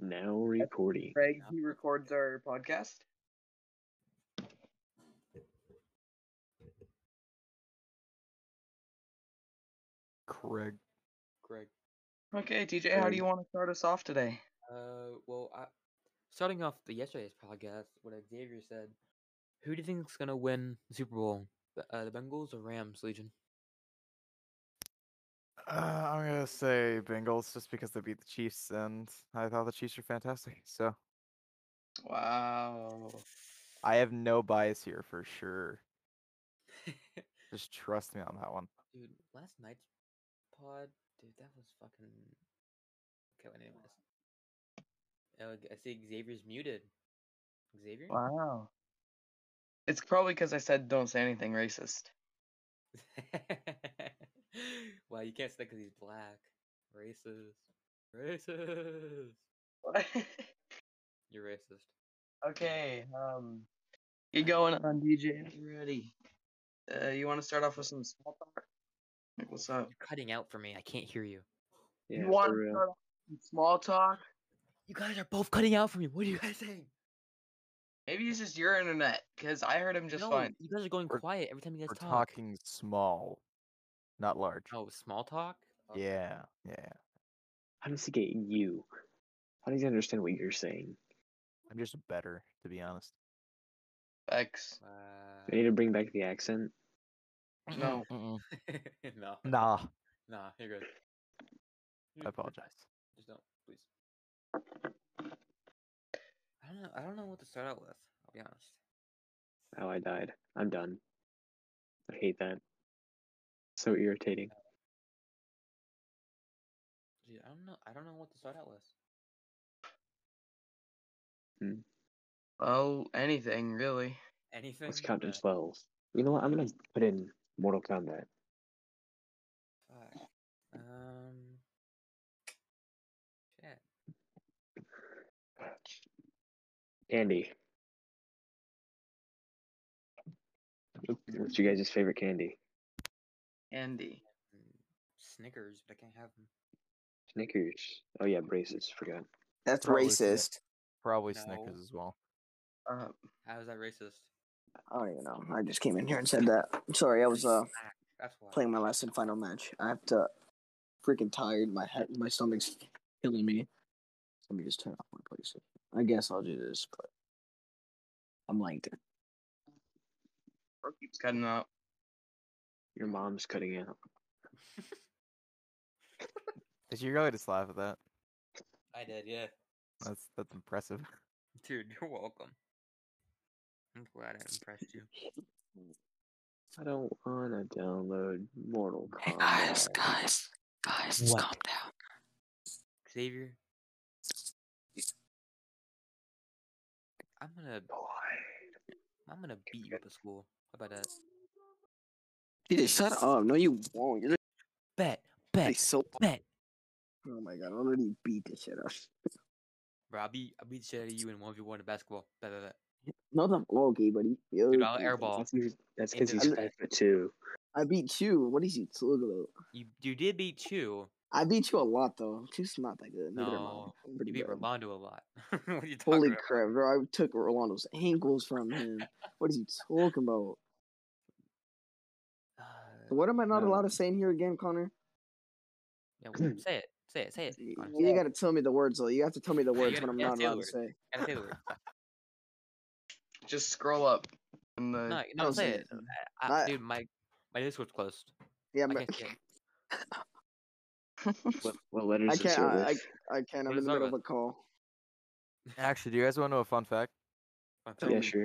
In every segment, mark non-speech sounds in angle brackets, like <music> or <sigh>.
Now recording. Craig, he records our podcast. Craig. Craig. Okay, TJ, how do you want to start us off today? Uh, well, I, starting off the yesterday's podcast, what Xavier said, who do you think's gonna win the Super Bowl? The, uh, the Bengals or Rams, Legion? Uh, I'm gonna say Bengals just because they beat the Chiefs, and I thought the Chiefs were fantastic. So Wow. I have no bias here for sure. Just trust me on that one. Dude, last night's pod, dude, that was fucking. Okay, well, anyways. Oh, I see Xavier's muted. Xavier? <laughs> Wow. It's probably because I said don't say anything racist. wow, you can't say that because he's black. Racist. Racist. You're racist. <laughs> okay, um, get going on, DJ. I'm ready. Uh, you want to start off with some small talk? Like, what's up? You're cutting out for me. I can't hear you. Yeah, you want for to real. start off with some small talk? You guys are both cutting out for me. What are you guys saying? Maybe it's just your internet, because I heard him just no, fine. you guys are going We're- quiet every time you guys We're talk. talking small, not large. Oh, small talk. Oh, Yeah, yeah. How does he get you? How does he understand what you're saying? I'm just better, to be honest. X. Wow. I need <laughs> to bring back the accent. No. Mm-mm. no. Nah, Nah. You're good. <laughs> I apologize. Just don't, please. I don't know. I don't know what to start out with. I'll be honest. How Oh, I died. I'm done. I hate that. So irritating. Dude, I don't know. I don't know what to start out with. Oh, anything, really. Anything. Let's count to but- twelve. You know what? I'm gonna put in Mortal Kombat. Fuck. Um. Shit. Candy. What's you guys' favorite candy? Andy. Mm, Snickers, but I can't have them. Snickers. Oh yeah, braces. Forgot. That's Probably Snick- racist. Probably No. Snickers as well. Uh, How is that racist? I don't even know. I just came in here and said that. I'm sorry, I was uh Smack, <laughs> That's why. playing my last and final match. I have to freaking tired. My head my stomach's killing me. Let me just turn off my PlayStation. I guess I'll do this, but I'm like bro keeps cutting out. Your mom's cutting out. Did you really just laugh at that? I did, yeah. That's that's <laughs> impressive. Dude, you're welcome. I'm glad I impressed you. I don't wanna download Mortal Kombat. guys, guys, What? calm down. Xavier. I'm gonna Boy. I'm gonna beat you up at school. How about that? DJ, shut up. No, you won't. You're Bet, gonna bet, so bet. Oh my god, I already beat the shit out. of you. Bro, I'll beat I'll beat the shit out of you in one v one in basketball. Bet, bet, bet. Not the okay, buddy. Yo, Dude, I'll airball. That's because- That's Into because he's the- five foot two. I beat you. What is you talking about? You you did beat Chu. I beat you a lot though. She's not that good. Neither am I. No, I'm pretty You beat bad. Rolando a lot. <laughs> what are you talking Holy about? crap, bro! I took Rolando's ankles from him. what is he talking <laughs> about? Uh, What am I not No. allowed to say in here again, Connor? yeah, well, say it. Say it. Say it. You Connor. you gotta tell me the words though. You have to tell me the <laughs> You words gotta- when I'm yeah, not say the allowed to say. Gotta say the word. Just scroll up. In the... No, I no, was say in it. it. I, I, <laughs> I- dude, my my Discord's closed. Yeah, I but can't see it. What, what letters I does it can't. start I, I, with? <laughs> I can't. I'm What in is the that middle of about? a call. Actually, do you guys want to know a fun fact? My Yeah, phone- sure.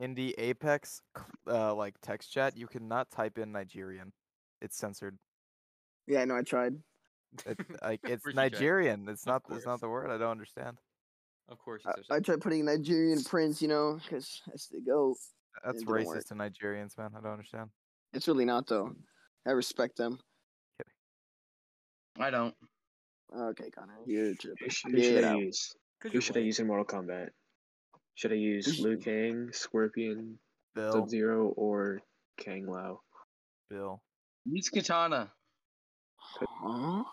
In the Apex cl- uh, like text chat, you cannot type in Nigerian. It's censored. Yeah, I know. I tried. It, <laughs> like it's Where's your check? Nigerian. It's not. course. It's not the word. I don't understand. Of course, I, it's I tried putting Nigerian Prince, you know, because that's the go. That's didn't work. racist to Nigerians, man. I don't understand. It's really not though. I respect them. I don't. Okay, Connor, you're tripping. Who should, who should Get I out. use? Could Who you should I wait? use in Mortal Kombat? Should I use should- Liu Kang, Scorpion, Bill, Sub Zero, or Kang Lao? Bill. Use Katana. Huh?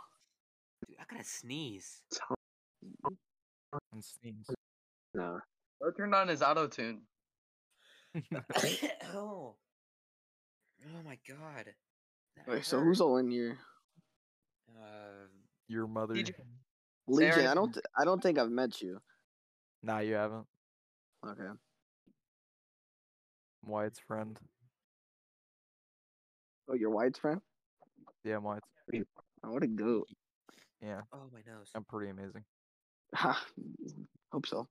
Dude, I gotta sneeze. and <laughs> sneeze. <laughs> No. Bro turned on his auto tune. oh. Oh my god. That Wait, so hurt. who's all in here? Uh, Your mother? DJ. Legion, Aaron. I don't, th- I don't think I've met you. Nah, you haven't. Okay. White's friend. Oh, you're White's friend? Oh, Yeah, I'm White's. I want to go. Yeah, oh my nose. I'm pretty amazing. Ha. Hope so.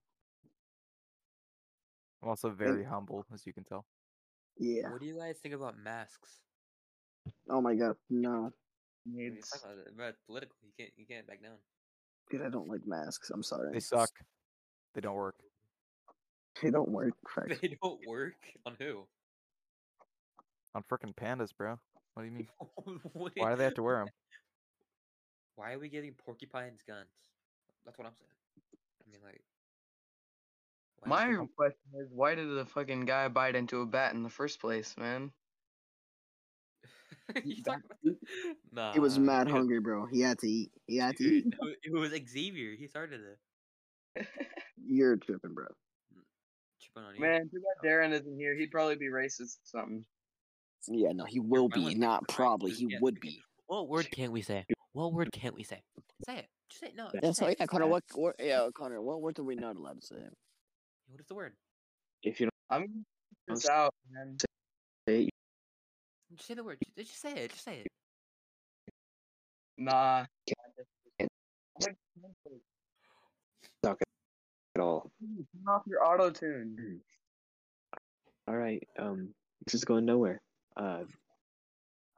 I'm also very humble, as you can tell. Yeah. What do you guys think about masks? Oh my god, no, I mean, Needs. fuck all that, bro, it's political. You can't you can't back down. <laughs> dude, I don't like masks. I'm sorry. They suck. They don't work. They don't work. Facts. They don't work on who? <laughs> On frickin' pandas, bro. What do you <laughs> mean? What do Mm. Why you- do they have to wear them? Why are we giving porcupines guns? That's what I'm saying. I mean, like. why My does- real question is, why did the fucking guy bite into a bat in the first place, man? <laughs> you talking about? Nah. <laughs> He was mad dude, hungry, bro. He had to eat. He had to dude, eat. no, it was Xavier. He started it. You're tripping, bro. Chipping on you. Man, too bad Darren isn't here. He'd probably be racist or something. Yeah, no, he will be. violent, Not right? probably. Just He get- would be. What word can't we say? What word can't we say? Say it. Just say it. No. Yeah, just so say yeah, it. Connor. What, what? Yeah, Connor. What word are we not allowed to say? What is the word? If you I'm gonna check this I'm out, man. don't say Just say the word. Just, just say it. Just say it. Nah. Can't- Like, at all. Turn off your auto tune. All right. Um, this is going nowhere. Uh, All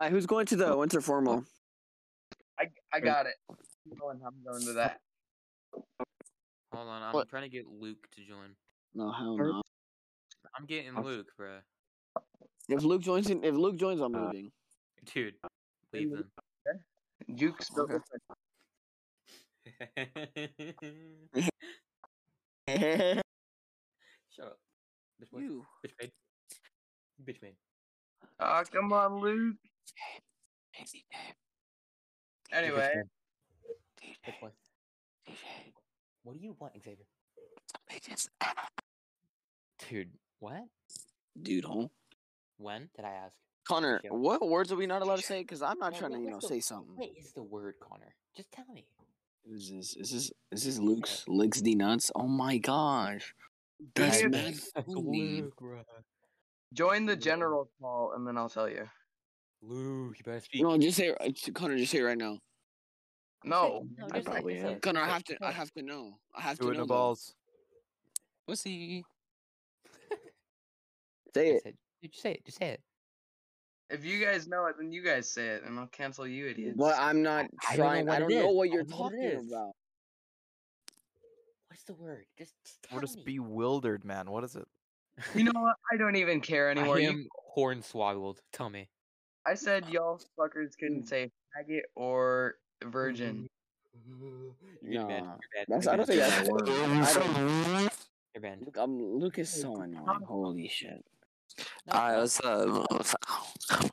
right, who's going to the winter formal? I I got it. I'm going, I'm going to that. Hold on. I'm What? trying to get Luke to join. No, hell Or- no. I'm getting I'll- Luke, bro. If Luke joins, in, if Luke joins, I'm Uh, leaving. Dude, leave Luke. them. Jukes built Okay. different. <laughs> Shut up. Bitch boy. you. Bitch made. Bitch made. Ah, come on, Luke. Anyway, Bitch boy. What do you want, Xavier? Dude, what? Dude, home. When did I ask? Connor, Shit. what words are we not allowed to say? Because I'm not Well, trying to, what you was know, the- say something. What is the word, Connor? Just tell me. Is this, is this, is this Luke's, Luke's D nuts? Oh my gosh. That's Yeah. <laughs> mad funny. bro. join the Luke. general call, and then I'll tell you. Luke, you better speak. No, just say, uh, Connor, just say right now. No. No, I just say- probably just say am. it. Connor, I Just have say to, it. I have to know. I have Two to in know. the though. balls. Pussy. Say it. Just say it. Dude, Just say it. Just say it. If you guys know it, then you guys say it, and I'll cancel you idiots. But I'm not I don't know trying. what I it don't know is. what I you're don't know what it talking is. about. What's the word? Just, just tell We're just me. <laughs> bewildered, man. What is it? <laughs> You know what? I don't even care anymore. I You- am hornswoggled. Tell me. I said y'all fuckers couldn't say faggot or virgin. You're Nah, banned. You're banned. That's, You're I don't think banned. that's. Word. I don't, You're banned. Luke, I'm, Luke is so annoying. Holy shit. No, Alright, no. what's up? What's up?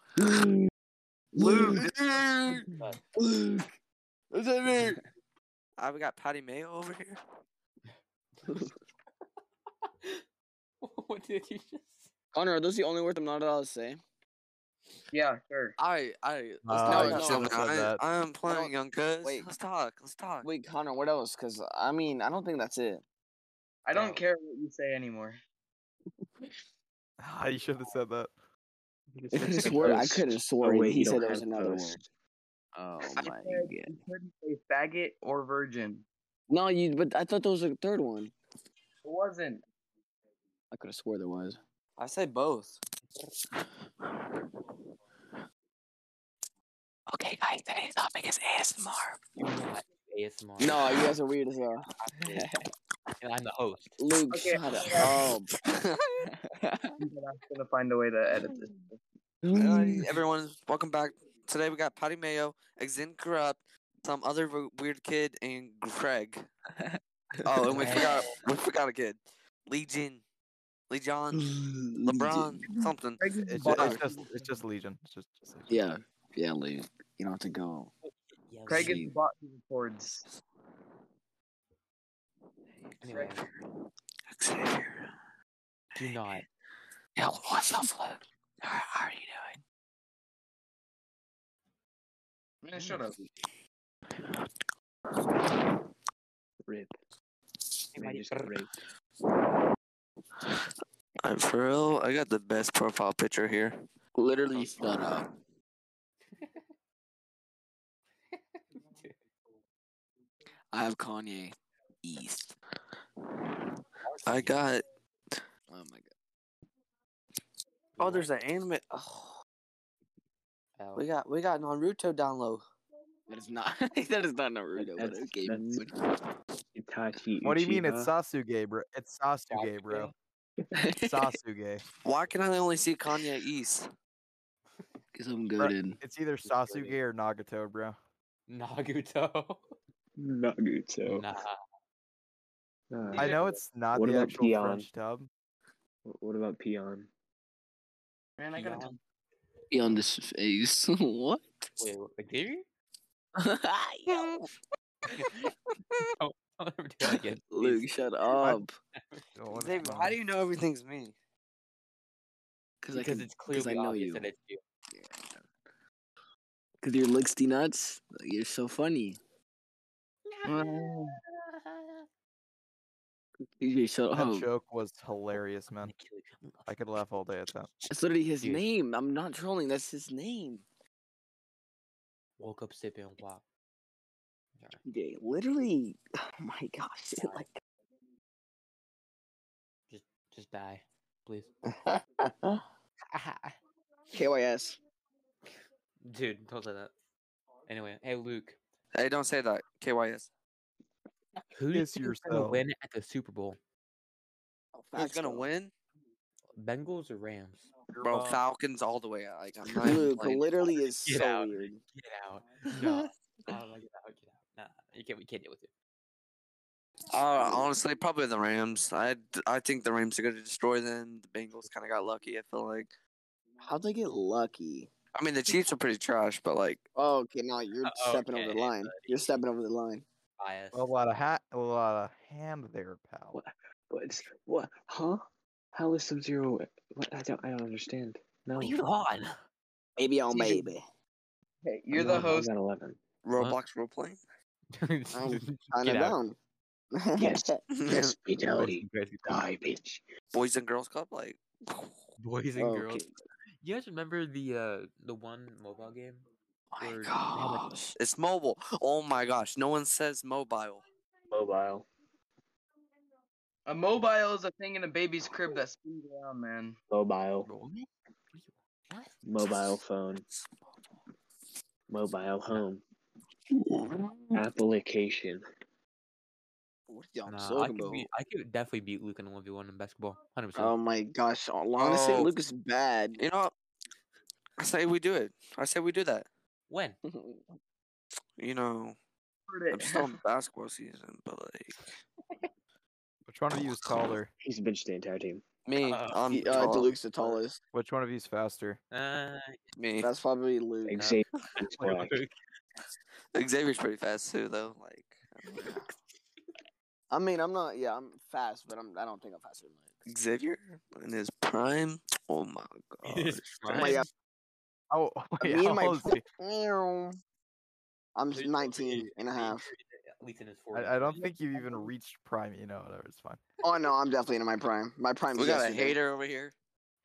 Luke. <laughs> But- Luke. What's up, man? I've got Patty Mayo over here. what did you just? Connor, are those the only words I'm not allowed to say? Yeah, sure. I I Uh, no, let's no, talk no, something. said I, that. I am playing, young cuz. wait. Let's talk. Let's talk. Wait, Connor, what else? Because, I mean, I don't think that's it. I No. don't care what you say anymore. Ah, you should have said that. If It's this a word, I post. could have Oh, sworn wait, he you don't said there was have another word. post. Oh, I my said God. you couldn't say faggot or virgin. No, you, but I thought there was a third one. It wasn't. I could have swore there was. I say both. Okay, guys, today's topic is ASMR. ASMR. No, you guys are weird as <laughs> hell. <laughs> and I'm the host. Luke, Okay. shut up. Oh, <laughs> I'm gonna find a way to edit this. Uh, everyone, welcome back. Today we got Patty Mayo, Xin Corrupt, some other w- weird kid, and Craig. <laughs> Oh, and we forgot we forgot a kid, Legion, Legion, LeBron, something. It's Fuck. just, it's just, it's just Legion. It's just, just Legion. Yeah, yeah, Luke. You don't have to go. Yeah, Craig Luke. is Shit. bought these chords. Anyway, Xavier, do <laughs> not. help myself, Luke. How how are you doing? Man, shut up. Rip. Man, buddy. just <laughs> great. I'm for real. I got the best profile picture here. Literally, shut up. I have Kanye East. I got. Oh my god. Oh, there's an anime. Oh, Oh, we got we got Naruto down low. That is not. <laughs> that is not Naruto. But That's- okay. that's- but- Itachi What do you mean? Uchiha. It's Sasuke, bro. It's Sasuke, Sasuke? bro. <laughs> Sasuke. Why can I only see Kanye East? Cause I'm goaded. It's either Sorry. Sasuke or Nagato, bro. Naguto. Naruto. <laughs> Nah. Ah, I Yeah. know it's not What the about actual Peon? French dub. wh- What about Peon? Man, I gotta Beyond. tell Beyond this face. <laughs> what? Wait, wait, wait, <laughs> did you? <laughs> Yo, don't, don't ever do that again. <laughs> Luke, please. xavier up. Oh, what is Xavier, going how on? do you know everything's me? Cause I Because can, it's clearly I know obvious you. that it's you. Cause you're Lixty nuts. You're so funny. you. You're so. That Oh, joke was hilarious, I'm man. gonna kill you. I could laugh all day at that. that's literally his Dude. name. I'm not trolling. That's his name. Woke up sipping wop. Sorry. Yeah, literally. <sighs> Oh my gosh. dude, Sorry. like. Just, just die, please. <laughs> KYS. Dude, don't say that. Anyway, hey Luke, Hey, don't say that. KYS. who do you Kiss think is gonna yourself. win at the Super Bowl? Who's gonna win? Bengals or Rams? Bro, Falcons all the way. out, Like I'm not even Luke playing. literally is Get so out. weird. Get out! <laughs> No, oh, get out! Get out! Nah, you can't. We can't deal with you. Uh, honestly, probably the Rams. I I think the Rams are gonna destroy them. The Bengals kind of got lucky. I feel like. How'd they get lucky? I mean, the Chiefs are pretty trash, but like, Oh, okay, now you're Uh, stepping over the okay, line. You're stepping over the line. Bias. A <laughs> lot of hat, a lot of hand there, pal. What? What's what? Huh? How is Sub Zero? What? I don't. I don't understand. No. What are you on? <laughs> Maybe oh Steven. maybe. Hey, I'm you're the on- I'm host. on <laughs> eleven. Roblox role playing. <laughs> Kind of Get out. down. Yes. <laughs> Yes. Boys Fidelity. and girls. Garbage. Boys and Girls Club. <sighs> Like, Boys and girls. Oh, okay. You guys remember the uh the one mobile game? my Or- gosh, it's mobile. Oh my gosh, no one says mobile. Mobile. A mobile is a thing in a baby's crib that spins around, man. Mobile. What? What? are you- what? Mobile phone. Mobile home. Application. What y'all Nah, I talking could, about? be, I could definitely beat Luke in a 1v1 in basketball. 100%. Oh my gosh! Honestly, Oh. Luke is <laughs> bad. You know, what? I say we do it. I say we do that. when? You know, I'm Heard <laughs> it. still in basketball season, but like Which one of you is taller? He's benched the entire team. me, Uh, I'm He- uh, tall. Luke's the tallest. Which one of you is faster? Uh, <laughs> me. That's probably Luke. Xavier. is Luke. back. <laughs> Xavier's pretty fast too, though. Like, I don't know. I mean, I'm not. Yeah, I'm fast, but I'm. I don't think I'm faster than Luke. Xavier in his prime. Oh my god. It is Oh my fine. god! Oh, <laughs> wait, Me how and my. old is he? Meow. I'm Luke's s- probably 19 and a in- half. At least in his 40s. I, I don't think you've <laughs> <laughs> even reached prime. You know, whatever. It's fine. Oh no, I'm definitely in my prime. My prime. We got a hater over here.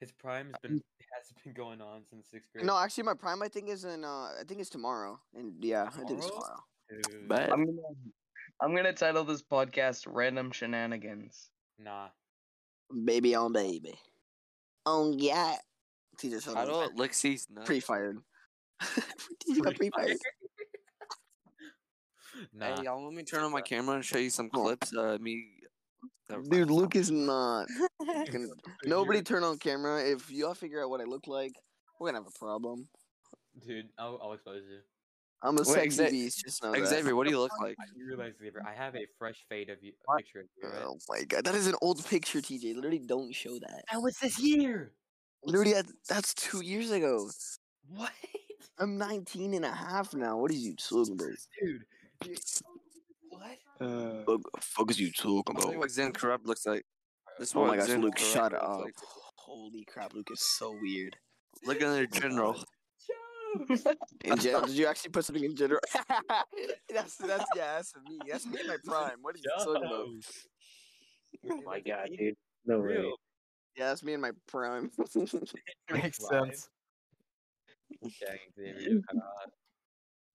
His prime's been <laughs> has been going on since sixth grade. No, actually, my prime I think is in. Uh, I think it's tomorrow. And yeah, I think it's Tomorrow? tomorrow. Dude, But I'm gonna, I'm gonna title this podcast "Random Shenanigans." Nah. Baby on baby. Oh yeah. TJ I Sutherland. don't like sees nuts. Pre-fired. <laughs> TJ <laughs> got pre-fired. <laughs> <laughs> nah. Hey, y'all, let me turn on my camera and show you some Hold on. clips. Uh, me. Never mind. Dude, Luke is not. gonna- <laughs> Nobody You're- turn on camera. If y'all figure out what I look like, we're gonna have a problem. Dude, I'll, I'll expose you. I'm a Wait, sexy Xa- beast. Just know Xavier, what do you look like? I didn't realize, Xavier, I have a fresh fade of you, a What? picture of you, that. right? Oh my god, that is an old picture, TJ. Literally, don't show that. That was this year! Literally, that, that's two years ago. What? I'm 19 and a half now. What are you talking about? Dude. you- What? Uh, Fuck, fuck is you talking I'll tell you about? what Xen Corrupt looks like. This is Oh what my gosh, Xen Luke, Corrupt shut looks up. like. Holy crap, Luke is so weird. Look at their general. <laughs> In jail? Did you actually put something in general? <laughs> that's that's yeah, that's for me. That's me in my <laughs> prime. What are you talking about? oh my god, dude. No way. Yeah, that's me in my prime. <laughs> Makes Live. sense. Dang, Xavier, you're kinda hot.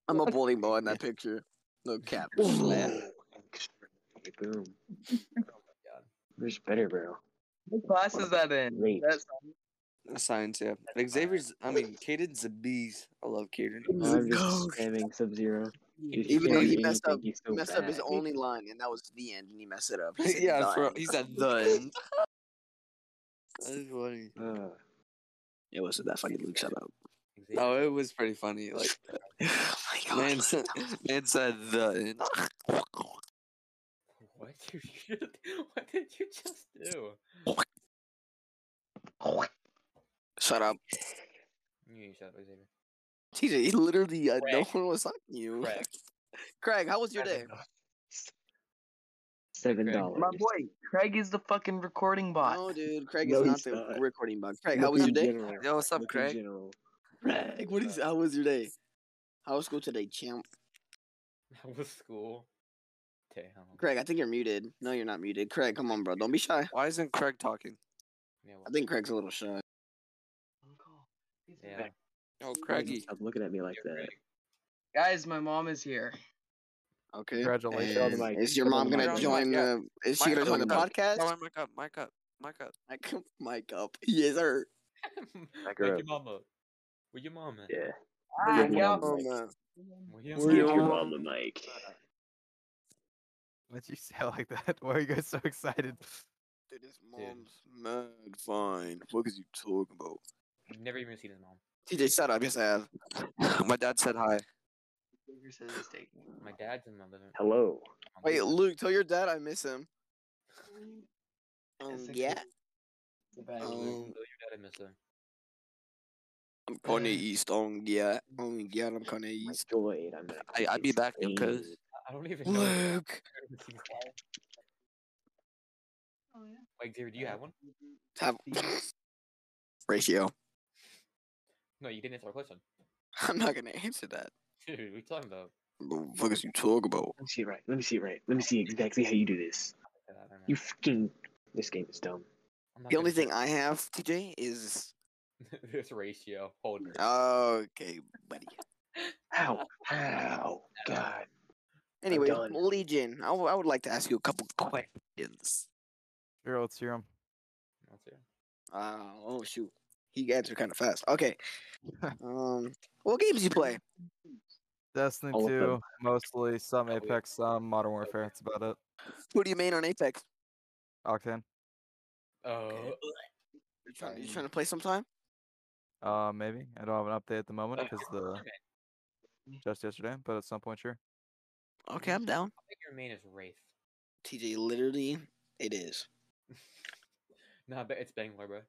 I'm <laughs> a bully boy in that picture. No cap. Slap. Okay, <laughs> Boom. God. Where's better, bro? <laughs> What class is that in? Wait. That's Science, yeah. Xavier's, I mean, Caden's a beast. I love Caden. I'm just spamming Sub Zero. Even though he messed up, he messed up his only line, and that was the end, and he messed it <laughs> up. He said yeah, the for, end. he said the <laughs> end. That is funny. Uh, It wasn't that funny, Luke. Shut up. Xavier, <laughs> No, Oh, it was pretty funny. Like, Oh <sighs> my god. <laughs> man, said, man said the end. What did you <laughs> just, What did you just do? Shut up. You shut up, Xavier. TJ, he literally, uh, no Craig. one was talking to you. Craig. <laughs> Craig, how was your day? Seven dollars. my boy. Craig is the fucking recording bot. No, dude. Craig No, is not he's the not. recording bug. Craig, how was your day? Yo, what's up, Craig? <laughs> Craig, what Uh, is? How was your day? How was school today, champ? <laughs> That was school. Damn. Craig, I think you're muted. No, you're not muted. Craig, come on, bro. Don't be shy. Why isn't Craig talking? Yeah, I well, think Craig's a little shy. yeah. Oh, Craigie. Stop looking at me like You're that. Guys, my mom is here. Okay. Congratulations. Show And the mic. is your Show the mom mic. gonna Show the join mic, yeah. the? Is she Mic gonna up, join the mic up. podcast? Tell her mic up, mic up, mic up. I can mic up. Yes, sir. <laughs> Wake her your up. mama. Where your mama? Yeah. Ah, Give yeah. mom the mic. <laughs> Where your Give your mama? mom the mic. Why'd you say it like that? <laughs> Why are you guys so excited? Dude, his mom's mad fine. What is you talking about? You've never even seen his mom. TJ, shut up. Yes, I have. My dad said hi. Xavier says it's taken. My dad's in my living room. Hello. Wait, Luke, tell your dad I miss him. Um, Yes, I yeah. do. The bad Um, Tell your dad I miss him. I'm Kanye East on yeah. Oh yeah, I'm kind My of east. joy. and I'm gonna I- I'll be back in explain. cause- I- I don't even know. if Luke. I've ever seen his mom. Like, Xavier, do you have one? Have ratio. <laughs> No, you didn't answer our question. <laughs> I'm not gonna answer that. Dude, what are you talking about? What the fuck is you talking about? Let me see it right. Let me see it right. Let me see exactly how you do this. Yeah, I don't know. You fucking. This game is dumb. I'm not The only gonna thing I have, TJ, is do <laughs> this ratio. Hold it. okay, buddy. How? How? God. Anyway, done. Legion, I w- I would like to ask you a couple <laughs> questions. Zero, let's hear 'em. That's it. Uh, oh shoot, he answered kind of fast. <laughs> Okay, um, what games you play? Destiny All of them. 2, mostly, some yeah. Apex, some Modern Warfare. That's about it. Who do you main on Apex? Octane. Oh, You trying, you trying to play sometime? Uh, maybe. I don't have an update at the moment Uh, because the just yesterday, but at some point, sure. Okay, I'm down. I think your main is Wraith. TJ, Mm-hmm. literally, it is. Nah, but it's Bangor, bro.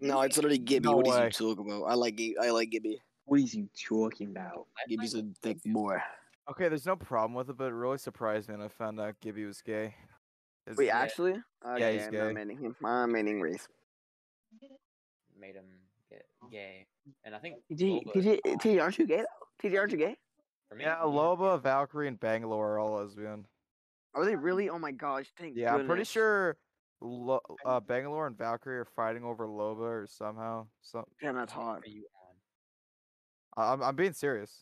No, it's literally Gibby. No what is way. you talking about? I like Gi- I like Gibby. What is you talking about? I Gibby's find a thick boy. Okay, there's no problem with it, but it really surprised me when I found out Gibby was gay. Is- Wait, actually, Yeah, okay, he's I'm not gay. maining him. I'm maining Wraith. it made him get gay, and I think TJ, Loba- TJ, TJ, aren't you gay though? TJ, aren't you gay? for me, yeah, Loba, Valkyrie, and Bangalore are all lesbian. Are they really? Oh my gosh, thank Yeah, I'm pretty goodness. sure Lo- uh, Bangalore and Valkyrie are fighting over Loba or somehow. So Damn, that's hot. Are you on? I- I'm I'm being serious.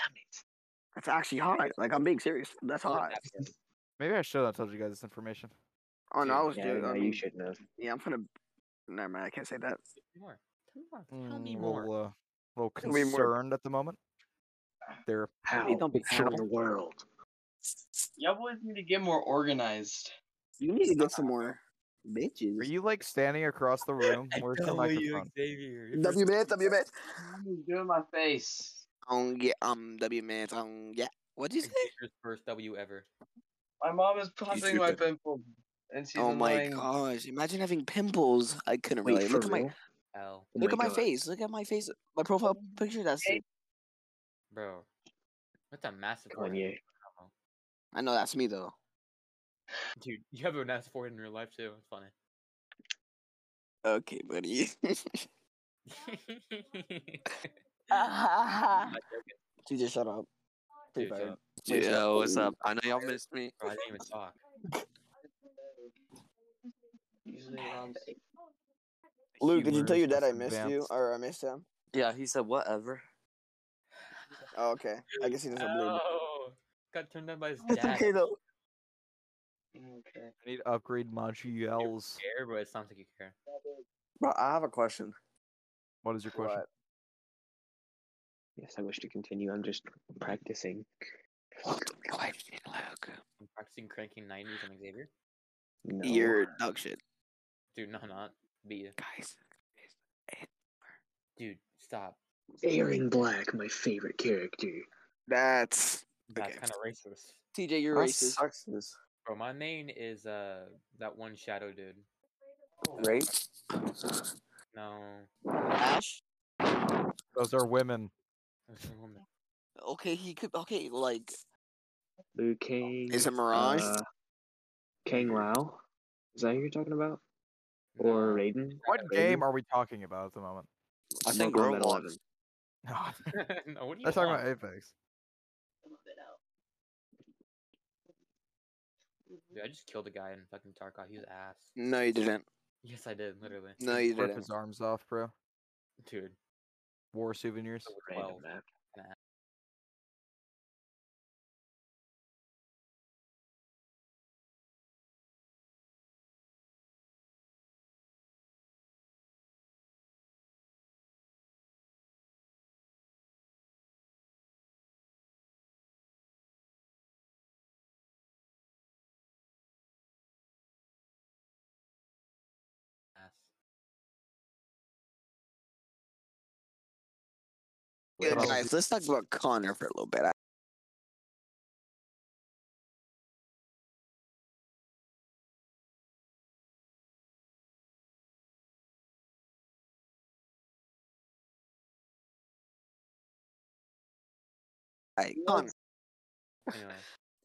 That's actually hot. Like I'm being serious. That's hot. Maybe I should have told you guys this information. Oh no, I was Yeah, joking. no, I you mean, shouldn't have. yeah, I'm gonna. Never mind. I can't say that. Tell me more. Tell me more. Mm, Tell me more. <laughs> little, uh, little Tell me more. concerned at the moment. They're How? Hey, don't be how in terrible. the world? Y'all boys need to get more organized. You need to get some more bitches. Are you like standing across the <laughs> room? Where's the microphone? Xavier. W man, W man. He's doing my face. Um, yeah, um, W man, um, yeah. What'd <laughs> you say? Xavier's first W ever. My mom is popping my pimple, and she's oh my annoying. gosh! Imagine having pimples. I couldn't Wait, relate. for Look at real? my, L, Oh look at my God. face. Look at my face. My profile picture. That's it. bro. That's a massive forehead. Kanye. I know that's me though. Dude, you have a nice forehead in real life too. It's funny. <laughs> Okay, buddy. I'm not joking, TJ, shut up. Free dude, fire. so- Wait, Yo, what's up? I know y'all missed me. bro, I didn't even talk. Usually around eight. Luke, did you Humor tell is your dad just I missed you advanced. or I missed him? Yeah, he said whatever. Oh, okay. I guess he doesn't believe. it. Oh, got turned down by his It's dad. okay though. Okay. I need to upgrade Montreal's. Care, but it sounds like you care. Bro, I have a question. What is your question? What? Yes, I wish to continue. I'm just practicing. I'm practicing cranking 90s on Xavier. No. You're dog shit. Dude, no, I'm not. Beat you. Guys. Dude, stop. Aaron Black, my favorite character. That's That's Okay. kind of racist. TJ, you're That racist. sucks this. Bro, my main is uh that one shadow dude. Right? No. <laughs> Ash? Those are women. there's a woman. Okay, he could. Okay, like. Liu Kang. Is it Mirage? uh, Kang Lao? Is that who you're talking about? Or No. Raiden? What Raiden? game are we talking about at the moment? <laughs> I think Mortal Kombat Roblox. 11. No, <laughs> no, what are you they're talking on? about Apex. Dude, I just killed a guy in fucking Tarkov. He was ass. No, you didn't. Yes, I did, literally. No, you Rip didn't. his arms off, bro. <laughs> Dude, War souvenirs. I was Random 12. map. Ass. Yeah, Probably. guys, let's talk about Connor for a little bit. Hey, Connor. <laughs> Anyway,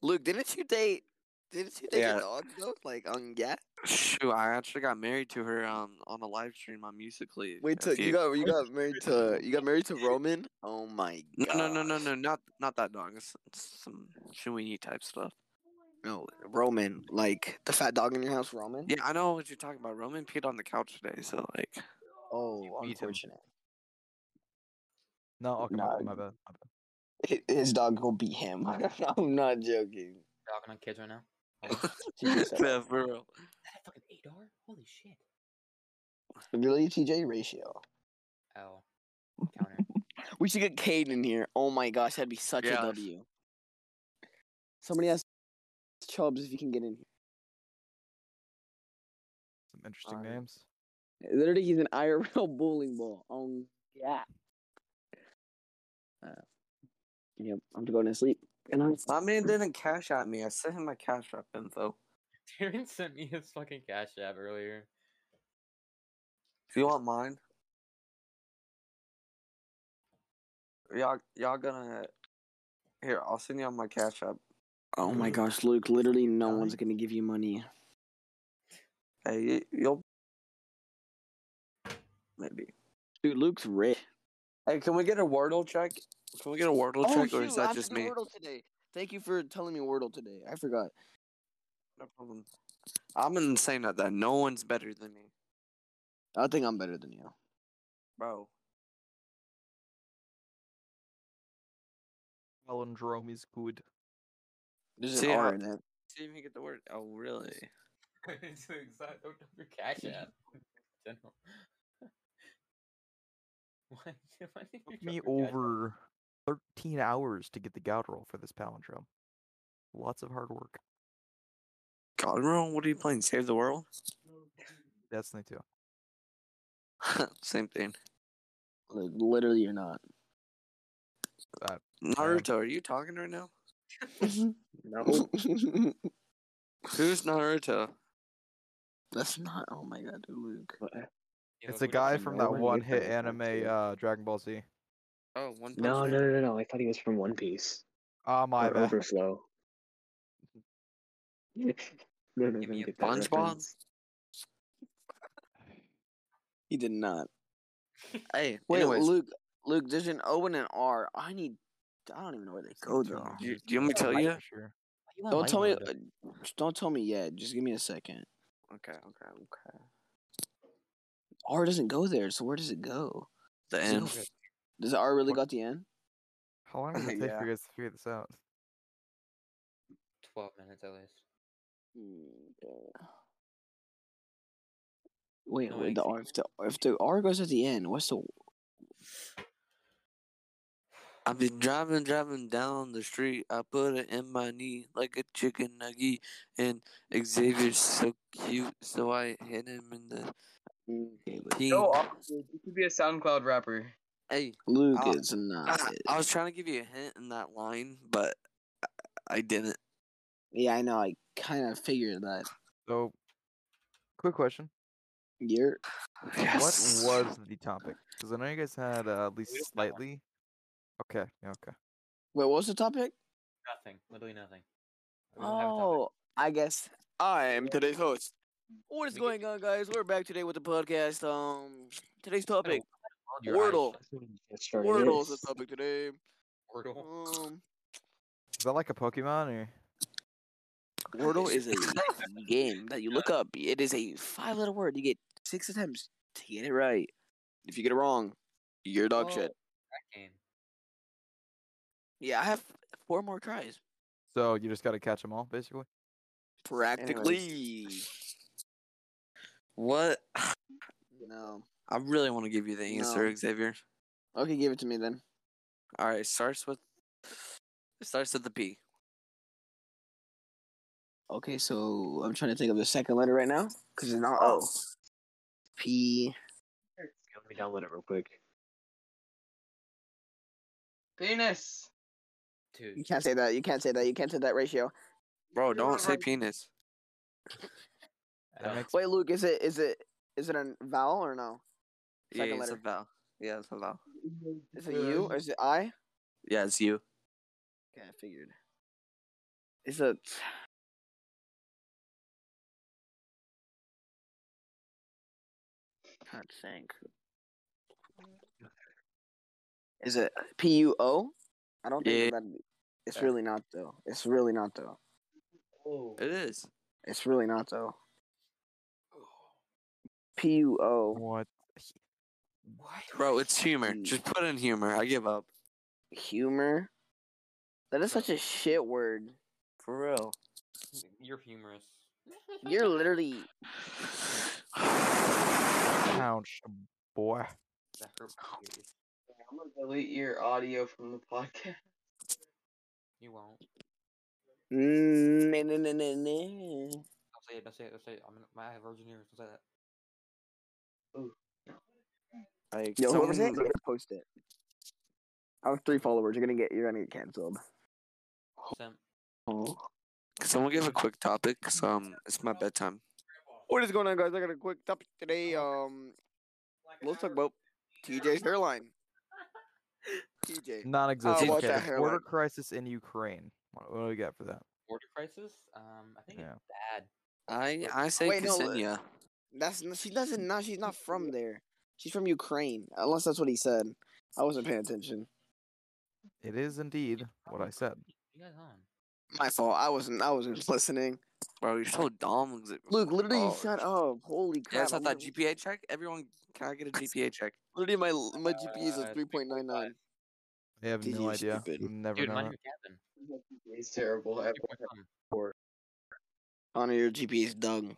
Luke, didn't you date? Didn't you date Yeah. a dog though? Like on yeah. Shoot, I actually got married to her um on a live stream on Musically. Wait a till you few- got you got married to you got married to Roman. Oh my god. No, no, no, no, no, not not that dog. It's, it's some Shuini type stuff. No, Roman, like the fat dog in your house, Roman. Yeah, I know what you're talking about. Roman peed on the couch today, so like, Oh, beat him. unfortunate. No, okay, my, Nah. my bad. my bad. Hi- His dog will beat him. <laughs> I'm not joking. talking on kids right <laughs> now. <laughs> TJ, shut up. yeah, for real. Is that a fucking 8R? Holy shit. Really, TJ ratio. Oh. <laughs> Counter. We should get Cade in here. Oh my gosh, that'd be such Yeah. a W. Somebody asked Chubbs if you can get in Some interesting Alright. names. here. Literally, he's an IRL <laughs> bowling ball. Um, yeah. Uh, yep, I'm going to sleep. And I'm My man didn't cash at me. I sent him my cash app info. Darren sent me his fucking cash app earlier. <laughs> If you want mine, y'all y'all gonna here. I'll send y'all my cash app. Oh Mm. my gosh, Luke, literally no one's Nice. gonna give you money. Hey, you, you'll maybe. Dude, Luke's rich. Hey, can we get a Wordle check? Can we get a Wordle check, or is Oh, I that have to just do me? Wordle today. Thank you for telling me Wordle today. I forgot. No problem. I'm insane at that. No one's better than me, I think I'm better than you. bro. Palindrome is good. There's See, an I- R in it. See if you get the word. Oh, really? it's the exact don't dump your cash <laughs> app. <laughs> General. <laughs> Why, <laughs> why did you Took me drop your cash app? over 13 hours to get the gout roll for this palindrome. Lots of hard work. God, roll. What are you playing? Save the world? That's me too. <laughs> Same thing. Like, literally, you're <laughs> not. Naruto, are you talking right now? No. Who's Naruto? That's not. Oh my god, dude, Luke. What? You know, It's a who doesn't guy know? from know that when one Naruto hit was anime, cartoon? uh, Dragon Ball Z. Oh, One Punch no, Man. no, <laughs> no, no. I thought he was from One Piece Ah, my or bad. Overflow. None of Give me them a get that SpongeBob? reference. He did not. Hey, Wait, anyways, Luke. Luke, there's an O and an R. I need. I don't even know where they go though. do you, do you want me to tell Like- you? Sure. Don't tell me. uh, Don't tell me yet. Just give me a second. Okay, okay, okay. R doesn't go there. So where does it go? The Does it go- end. Does R really What? got the N? How long did it take Yeah. for you guys to figure this out? Twelve minutes at least. Wait, No, wait, the it's- R. If the if the R goes at the end, what's the? I've been driving, driving down the street. I put it in my knee like a chicken nugget. And Xavier's so cute, so I hit him in the team. Go off, dude. You could be a SoundCloud rapper. Hey, Luke Uh, is not. I, I was trying to give you a hint in that line, but I, I didn't. yeah, I know. I kind of figured that. So, quick question: You're What Yes. was the topic? Because I know you guys had uh, at least don't know. slightly. Okay. Yeah. Okay. Wait, what was the topic? Nothing. Literally nothing. We don't have a topic. Oh, I guess I am today's host. What is We going on, guys? We're back today with the podcast. Um, today's topic Hold your eyes Wordle. shut. It sure Wordle is the is. topic today. Wordle. Um, Is that like a Pokemon or? Wordle <laughs> is a game that you look up. It is a five-letter word. You get six attempts to get it right. If you get it wrong, you're dog shit. That game. Yeah, I have four more tries. So you just gotta catch them all, basically. Practically. What? No. I really want to give you the answer, No. Xavier. Okay, give it to me then. All right, starts with it starts with the P. Okay, so I'm trying to think of the second letter right now because it's not O. P. Let me download it real quick. Penis. Dude. You can't say that. You can't say that. You can't say that ratio. Bro, You're don't not say right. penis. I That don't- makes Wait, Luke, is it is it is it a vowel or no? Yeah, Second it's a letter. vowel. Yeah, it's a vowel. Is it U Uh, or is it I? Yeah, it's you. Okay, I figured. Is it? Can't think. Is it P U O? I don't think that. It's Yeah. really not though. It's really not though. Oh. It is. It's really not though. P U O what? Bro, it's humor. Mm. Just put in humor. I give up. humor. That is such a shit word. For real. You're humorous. You're literally Ouch, boy. That hurt my ears. I'm gonna delete your audio from the podcast. <laughs> You won't. Mm, nah, nah, nah, nah, nah. Don't say it. Don't say it. Don't say it. I'm gonna, I have virgin ears. Don't say that. Like Yo, whoever's someone- next, gonna post it. I have three followers. You're gonna get. You're gonna get canceled. Oh. Simp. Can someone give a quick topic? 'Cause, um, it's my bedtime. What is going on, guys? I got a quick topic today. Um, let's talk about TJ's hairline. TJ. Non-existent. watch okay, that the hairline. border crisis in Ukraine. What, what do we got for that? Border crisis. Um, I think Yeah. it's bad. I I say Wait, no, uh, Ksenia. That's n- she doesn't. Not she's not from there. She's from Ukraine, unless that's what he said. I wasn't paying attention. It is indeed what I said. You guys on? My fault. I wasn't. I wasn't <laughs> listening. Bro, you're so dumb. Xavier. Luke, literally, Oh. shut up. Holy crap! Yes, I thought wasn't- GPA check. Everyone, can I get a <laughs> GPA check? Literally, my my GPA is Uh, a three point nine nine. I have Did no you idea. stupid- Never Dude, know. mine's it. your cabin. It's terrible. I- Connor, your GPA is dumb.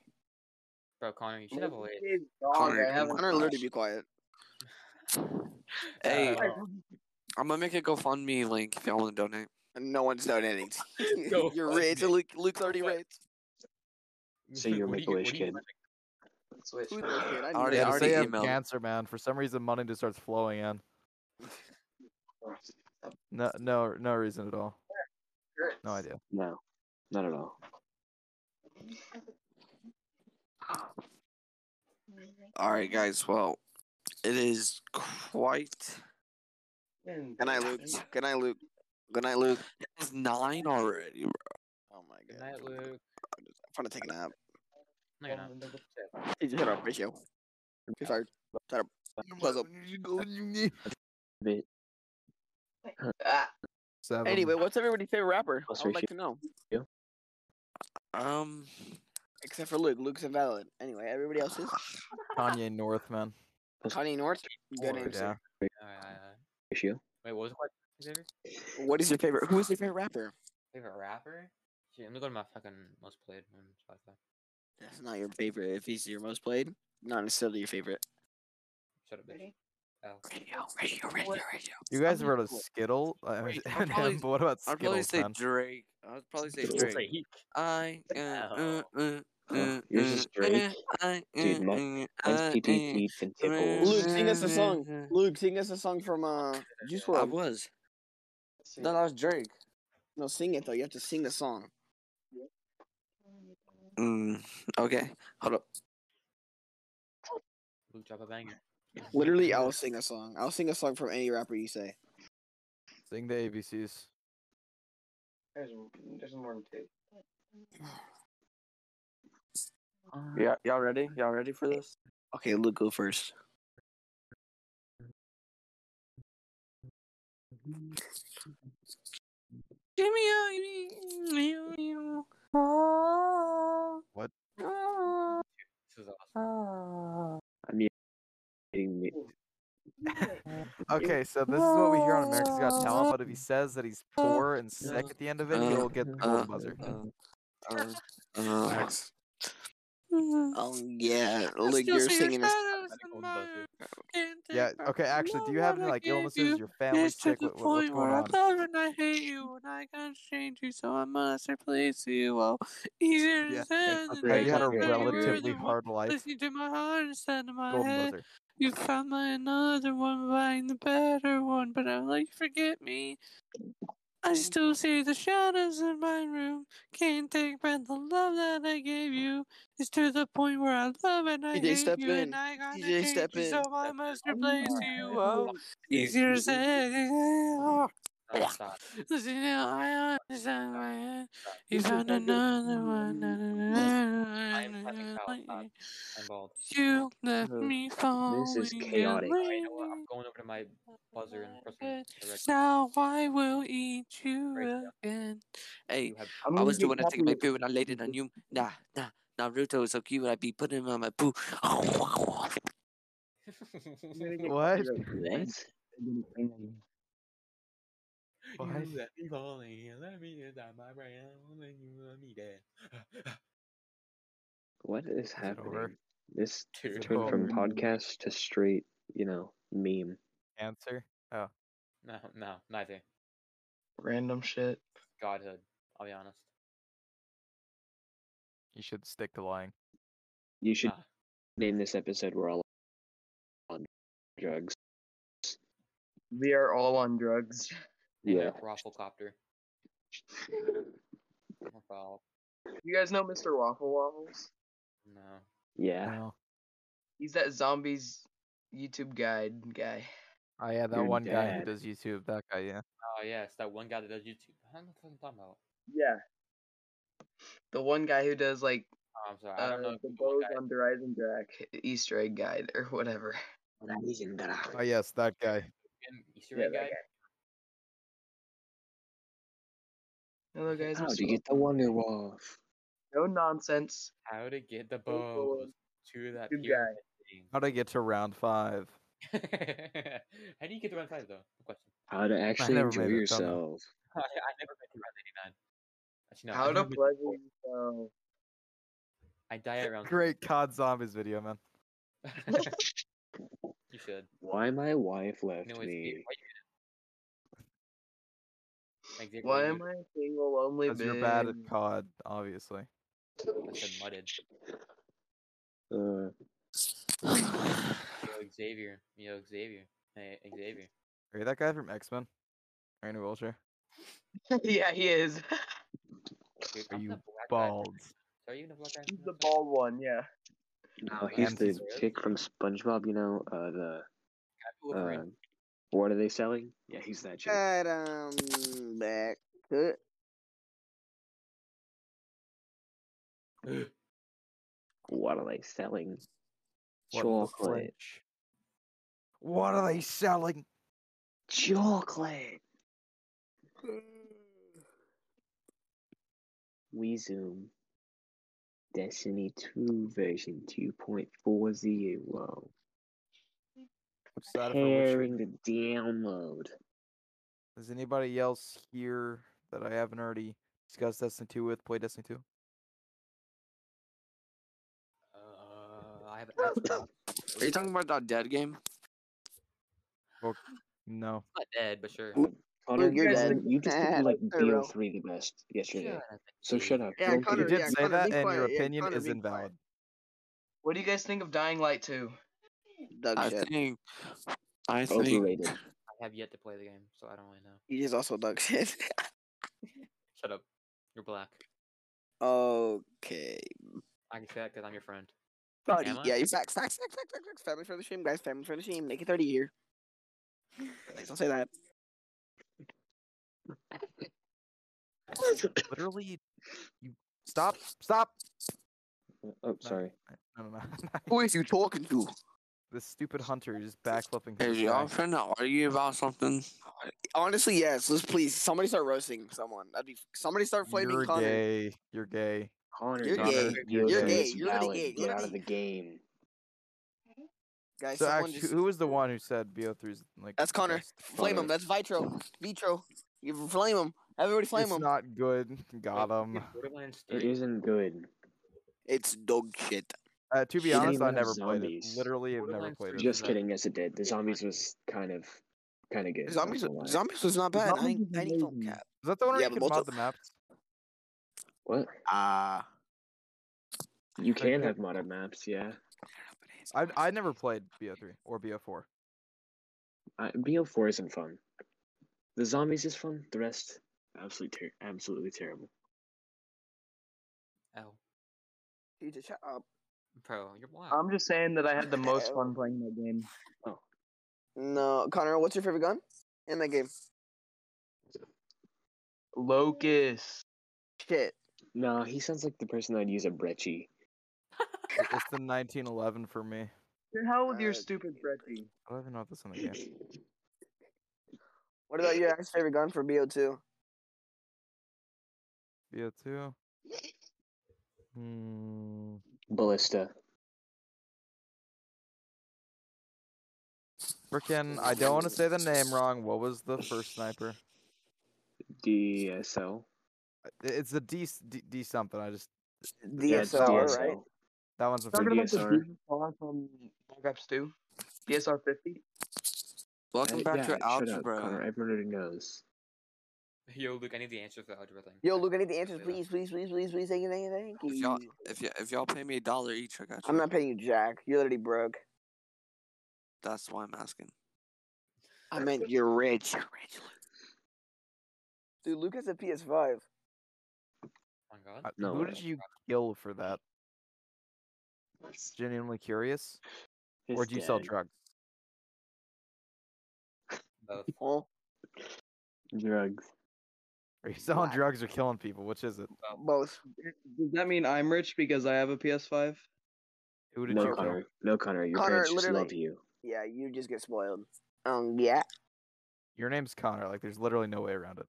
Bro, Connor, you should have a wait. Dog, Connor, I haven't. Connor, literally, be quiet. Hey, Uh, I'm gonna make a GoFundMe link if y'all want to donate. No one's donating. <laughs> <laughs> Go You're fuck rich. it. Luke, Luke's already What? rich. So you're a what do Make-A-Wish what do kid. like- Switch. Who knows, <laughs> dude? I I already- knew Yeah, just it. already say you have emailed. cancer, man. For some reason, money just starts flowing in. No, no, no reason at all. No idea. No, not at all. All right, guys. Well, it is quite. Good night, Luke. Good night, Luc. Good night, Luke. It's nine already. Bro. Oh my Good god. night, Luke. I'm just trying to take a nap. No, you're not. Shut up, Ratio. Be fired. Shut up. Buzz up. Bit. Ah, Seven. Anyway, what's everybody's favorite rapper? Plus I would like Ratio. to know. Um, Except for Luke. Luke's invalid. Anyway, everybody else is. <sighs> Kanye <laughs> Northman. Kanye North. Good Or, answer. Yeah. Alright, alright, alright. Ratio. Wait, what was the question, Xavier? What is your favorite? Who is your favorite rapper? Favorite rapper? Shit, let me go to my fucking most played on Spotify. That's not your favorite. If he's your most played, not necessarily your favorite. Shut up, bitch. Ready? Oh. Radio, radio, radio, radio. You guys I'm heard of cool. Skittle? <laughs> Uh, Wait, I'll and probably- him, but what about I'd probably Skittles? say man? Drake. I'd probably say Drake. Drake. I. Uh, uh, uh, uh, Huh, Yours is uh, Drake. uh, I, Dude, uh, my- uh, Mine's uh, Pete uh, Pete and Tickles. Luke, sing us a song. Yeah. Luke, sing us a song from uh, Juice I World. was. let's see. No, that was Drake. No, sing it though. You have to sing the song. Mm, okay. Hold up. Luke, drop a banger. Literally, I'll sing a song. I'll sing a song from any rapper you say. Sing the ABCs. There's, there's more than two. Yeah, y'all ready? Y'all ready for this? Okay, Luke, go first. What? This is awesome. I'm eating meat. Okay, so this is what we hear on America's Got Talent, but if he says that he's poor and sick at the end of it, he'll get the golden buzzer. Uh, uh, Oh yeah, Luke, you're singing this. Yeah, okay, actually, do you have any, like, illnesses? Your family's sick? What, what- what's going on? love and I hate you, and I can't change you, so I must replace you. Well, easier Yeah, said that's Have Hey, you had a okay, done. you're relatively You're the hard life? Listening to my heart instead of my Golden head. buzzer. You found me another one, buying the better one, but I'm like, forget me. I still see the shadows in my room. Can't take back the love that I gave you. It's to the point where I love and I DJ, hate step you, in. and I gotta DJ, change step you, in. so I must replace you. Oh, easier said. No, stop. Listen, I understand my head. You This is found not good. another I am having Kyle stop. one. I'm bald. You left Uh, me falling. this is and chaotic. Alright, you know what? I'm lonely. going over to my buzzer Oh, and pressing Good. the record. Now I will eat Right, you again. Hey, You have I'm I gonna was get doing a thing my copyright. poo and I laid it on you. Nah, nah, Naruto is so cute. I'd be putting him on my poo. <laughs> What? <laughs> What? Why? You let me fall in, let me inside my brain, and you let me <laughs> dead. What is it over? happening? This Is Dude, it turned from over? podcast to straight, you know, meme. Answer? Oh. no, no, neither. Random shit. Godhood. I'll be honest. You should stick to lying. You should Ah. name this episode "We're All on Drugs." We are all on drugs. Name Yeah, it Rafflecopter. Raffle- You guys know Mr. Waffle Waffles? No. yeah. No. He's that zombies YouTube guide guy. Oh, yeah, that Your one guy who dad. does YouTube. That guy, yeah. Oh yeah, it's that one guy that does YouTube. <laughs> I'm not fucking talking about. Yeah. The one guy who does like Oh, I'm sorry. I uh, don't know. the who the one bows guy- on the Rising Drac Easter egg guide or whatever. <laughs> Oh, yes, that guy. Ian Easter Yeah, egg that guy. Hello guys, How'd Mr. you get the Wonder Wolf? <laughs> No nonsense. How to get the Waffle bow to that Good guy. pyramid How'd I get to round five? thing. <laughs> How do you get the round five though? Good question. <laughs> How to actually never enjoy made it, don't know. yourself? I, I never been to round eighty nine. Actually, no. I How to never been pleasure before. <laughs> yourself. I die at round. Great COD Zombies video, man. <laughs> you should. Why my wife left No, it's me? Like, Xavier, Why you- am I a single lonely Because you're bad at bitch? COD, obviously. I said mudded. Uh, Yo, Xavier. Yo, Xavier. Hey, Xavier. Are you that guy from X Men? Are you wheelchair? <laughs> yeah, he is. Dude, Are I'm you the black guy from- Bald. Are you the black guy? He's from the X-Men? bald one, yeah. no, he's And the he's- chick from SpongeBob. You know, uh, the uh, Wolverine. what are they selling? Yeah, he's that chick. Right, um, back. Good. What are they selling? What in the Chocolate. French? What are they selling? <sighs> Chocolate. WeZoom. Destiny 2 version 2.40. Excited for Witcher. Preparing to download. Is anybody else here that I haven't already discussed Destiny 2 with? Play Destiny 2? Uh, I have. I have it's Are you talking about that <laughs> dead game? No. not dead, but sure. Connor, you're you dead. You just Ah, people <laughs> like there we go. BO3 the best yesterday. Shut up, So dude. shut up. Yeah, Don't Connor, do that. you did yeah, say Connor, that, be and your quiet. Yeah, opinion Connor, is be invalid. What do you guys think of Dying Light 2? Doug I shit. think. I <laughs> think. Overrated. I have yet to play the game, so I don't really know. He is also Doug shit. Shut up. You're black. <laughs> okay. I can say that because I'm your friend. Buddy, Am I? yeah, you facts, facts, facts, facts, facts, facts. Family for the stream, guys. Family for the stream. Make it 30 here. Please don't say that. Literally, you stop, stop. Oh, No, sorry. No, <laughs> no, no. Who is you talking to? this stupid hunter is backflipping. through Is the y'all sky. trying to argue about something? Honestly, yes. Let's please somebody start roasting someone. That'd be somebody start flaming You're Connor. gay. You're gay. Connor, You're dude, gay. You're, You're very gay. You're literally valid. gay. Get out of Literally- the game. Guys, So someone actually, just who was the one who said BO3 is like? that's the Connor. best? Flame him. Connor. That's Vitro. Vitro. You flame him. Everybody flame It's him. not good. <laughs> Got Wait, him. dude, <laughs> Borderlands It 3. isn't good. It's dog shit. Uh, to be Shouldn't honest, even I have never played it. zombies. Literally, I've never Borderlands played three it. is Just not- kidding. Yes, it did. The it's zombies not- was kind of, kind of good. not Zombies. gonna lie. Zombies was not bad. I ain't, Zombies I ain't gonna amazing. cap. Is that the one where Yeah, you but can also- mod the <laughs> maps? What? Ah. You Like, can pick- have modded maps, yeah. I I never played BO3 or BO4. I, BO4 isn't fun. The zombies is fun. The rest, absolutely, ter- absolutely terrible. Ow. You just shut up. Oh, Bro, you're black. I'm just saying that I had the most <laughs> fun playing that game. No, Connor. What's your favorite gun in that game? Locust. Shit. No, he sounds like the person I'd use a brecci. It's the 1911 for me. The hell with your Uh, stupid Freddy. I don't even know if that's in the <coughs> game. What about your guys' favorite gun for BO2? BO2. Hmm. Ballista. Frickin', I don't want to say the name wrong. What was the first sniper? DSL. I- It's the D, s- D, D something. I just Yeah, it's DSLR, DSL. right? that one's a Talking Talking freebie. about about the the DSR. from Black Ops 2? DSR 50? Welcome Uh, back yeah, to shut up, Connor. algebra. Everyone already knows. Yo, Luke, I need the answers to the algebra thing. Yo, Luke, I need the answers, Say that. please, please, please, please, please. Thank you, thank you, thank If y'all, you. if, y- if y'all pay me a dollar each, I got you. I'm not paying you jack. You're already broke. That's why I'm asking. I meant you're rich. You're rich. Dude, Luke has a PS5. Oh my god. I- No Who way. did you kill for that? Genuinely curious, His or do you sell dad. drugs? <laughs> Both. Well, drugs? Are you selling Why? drugs or killing people? Which is it? both. Does that mean I'm rich because I have a PS5? Who did No, you kill? Connor. No, Connor. Your Connor, parents just love literally- you. Yeah, you just get spoiled. Um, yeah. Your name's Connor. Like, there's literally no way around it.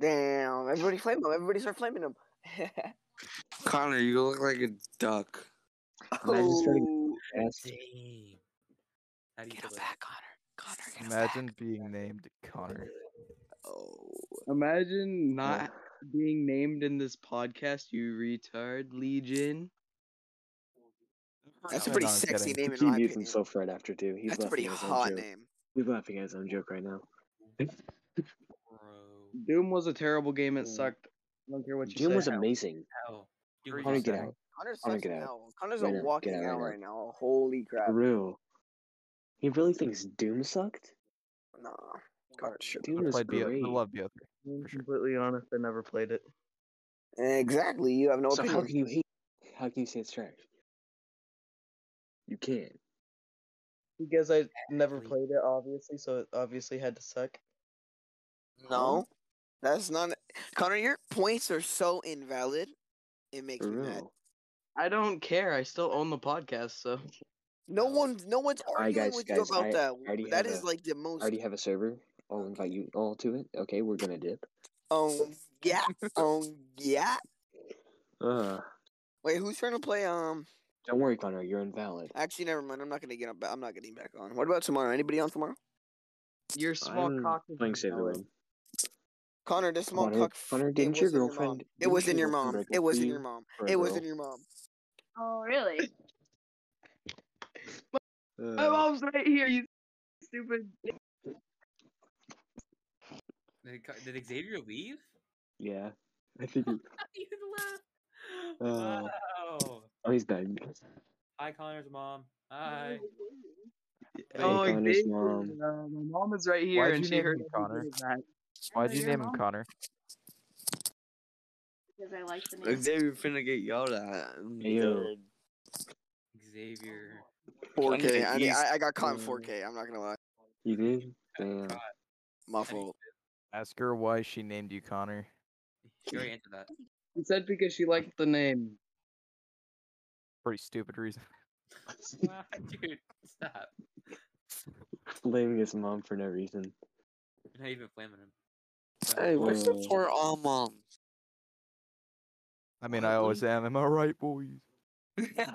Damn. Everybody flame him. Everybody start flaming him. <laughs> Connor, you look like a duck. Imagine starting oh, fast. Dang. How do you Get feel him about back, Connor. Connor, get him back. Imagine being named Connor. oh. Imagine Yeah. not being named in this podcast, you retard, Legion. That's a No, pretty no, I'm sexy kidding. name in He my mutes opinion. himself right after too. He's That's a pretty laughing at his own hot joke. name. He's laughing at his own joke right now. Bro. Doom was a terrible game. It Mm. sucked. I don't care what you Doom was say. amazing. Ow. Dude, Or what Connor, you get say? out. Connor's Connor, such an get out. L. Connor's Right a now, get walking out right L now. right now. Holy crap. For real. He really thinks Doom sucked? Nah. Connor, I sure. Doom is played BO. great. I love BO3. Being For sure. completely honest, I never played it. Exactly. You have no So how opinion. can you hate? How can you say it's trash? You can't. Because I never Exactly. played it, obviously, so it obviously had to suck. No. That's not. Connor, your points are so invalid. It makes For me mad. real. I don't care. I still own the podcast, so No one, no one's arguing guys, with guys, you about I already that. That have is a- like the most. I already have a server. I'll invite you all to it. Okay, we're gonna dip. <laughs> Um, yeah, um, yeah. Uh, Wait, who's trying to play? Um, don't worry, Connor. You're invalid. actually, never mind. I'm not gonna get up. I'm not getting back on. What about tomorrow? Anybody on tomorrow? your small I'm cock. is Playing Save the invalid. World. Connor, this small Connor- cuck. f- Connor, it didn't your was in mom. girlfriend- It didn't was in your your girlfriend mom. break It up was for in you your mom. for a It was girl? in your mom. Oh, really? My Uh, mom's right here. You stupid. Did, Ca- did Xavier leave? yeah, <laughs> I think. He, He left. Uh. wow. oh, he's back. Hi, Connor's mom. Hi. oh, Connor's Xavier, mom. uh, my mom is right here, Why'd and you she name heard me Connor? everything of that. Why'd you Because your name him mom- Connor? Because I like the name. Xavier finna get yelled at. Ew. Xavier. 4K. I, He's- I, I got caught in uh, 4K. I'm not gonna lie. You did? Damn. God, My I mean, fault. Ask her why she named you Connor. She already answered that. <laughs> She said because she liked the name. Pretty stupid reason. Wow, Dude, stop. <laughs> Blaming his mom for no reason. You're not even flaming him. Hey, Wow. what's up Uh, for all moms? I mean, I always am. Am I right, boys? <laughs>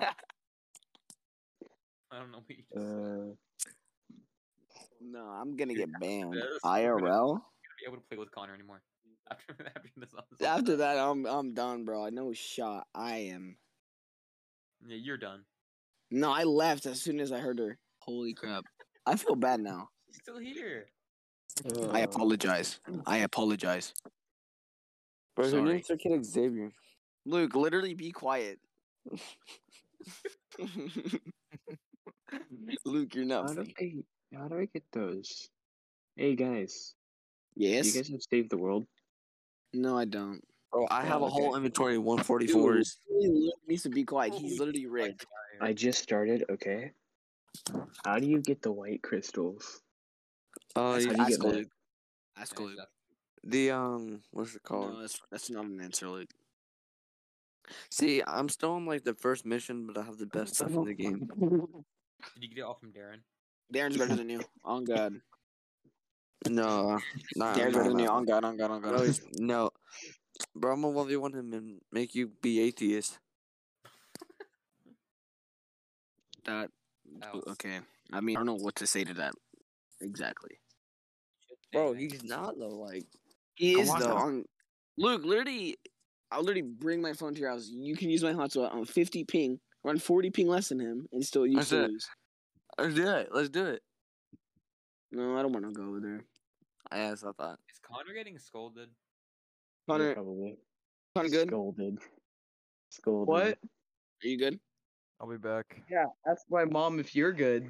I don't know what you just said. Uh, No, I'm gonna Dude, get banned. this- IRL. be able to play with Connor anymore <laughs> after after this. episode. After that, I'm I'm done, bro. I know shot. I am. yeah, you're done. No, I left as soon as I heard her. Holy crap. I feel bad now. He's still here. uh, I apologize. I apologize. Bro, who Sorry. names their kid Xavier? Luke, literally be <laughs> quiet. <laughs> Luke, you're not How do funny. I? How do I get those? Hey guys, do you Yes? guys have Save the World? No, I don't. Bro, I have Oh, a whole okay. inventory of 144s. Luke needs to be quiet. He's literally rigged. I just started. Okay. How do you get the white crystals? Uh, Ask- you do you can- get that? ask Luke. Ask Yeah, Luke. stop. the um, what's it called? No, that's, that's not an answer, Luke. See, I'm still on like the first mission, but I have the best stuff in the game. Did you get it all from Darren? Darren's better than you. <laughs> On God. No, not, Darren's not better than you. that On one. God, on God, on No, God. he's- no, bro, I'm gonna love you one him and make you be atheist. That, Ouch. okay. I mean, I don't know what to say to that. Exactly. Bro, Dang, he's not though. Like, He Come is on though. now. On Luke, literally, I'll literally bring my phone to your house. You can use my hotspot on 50 ping, run 40 ping less than him, and still you That's still it. lose. let's do it. Let's do it. No, I don't want to go over there. I asked. I thought. Is Connor getting scolded? Yeah, Connor, probably. Connor, good? Scolded. Scolded. What? Are you good? I'll be back. Yeah, ask my mom if you're good.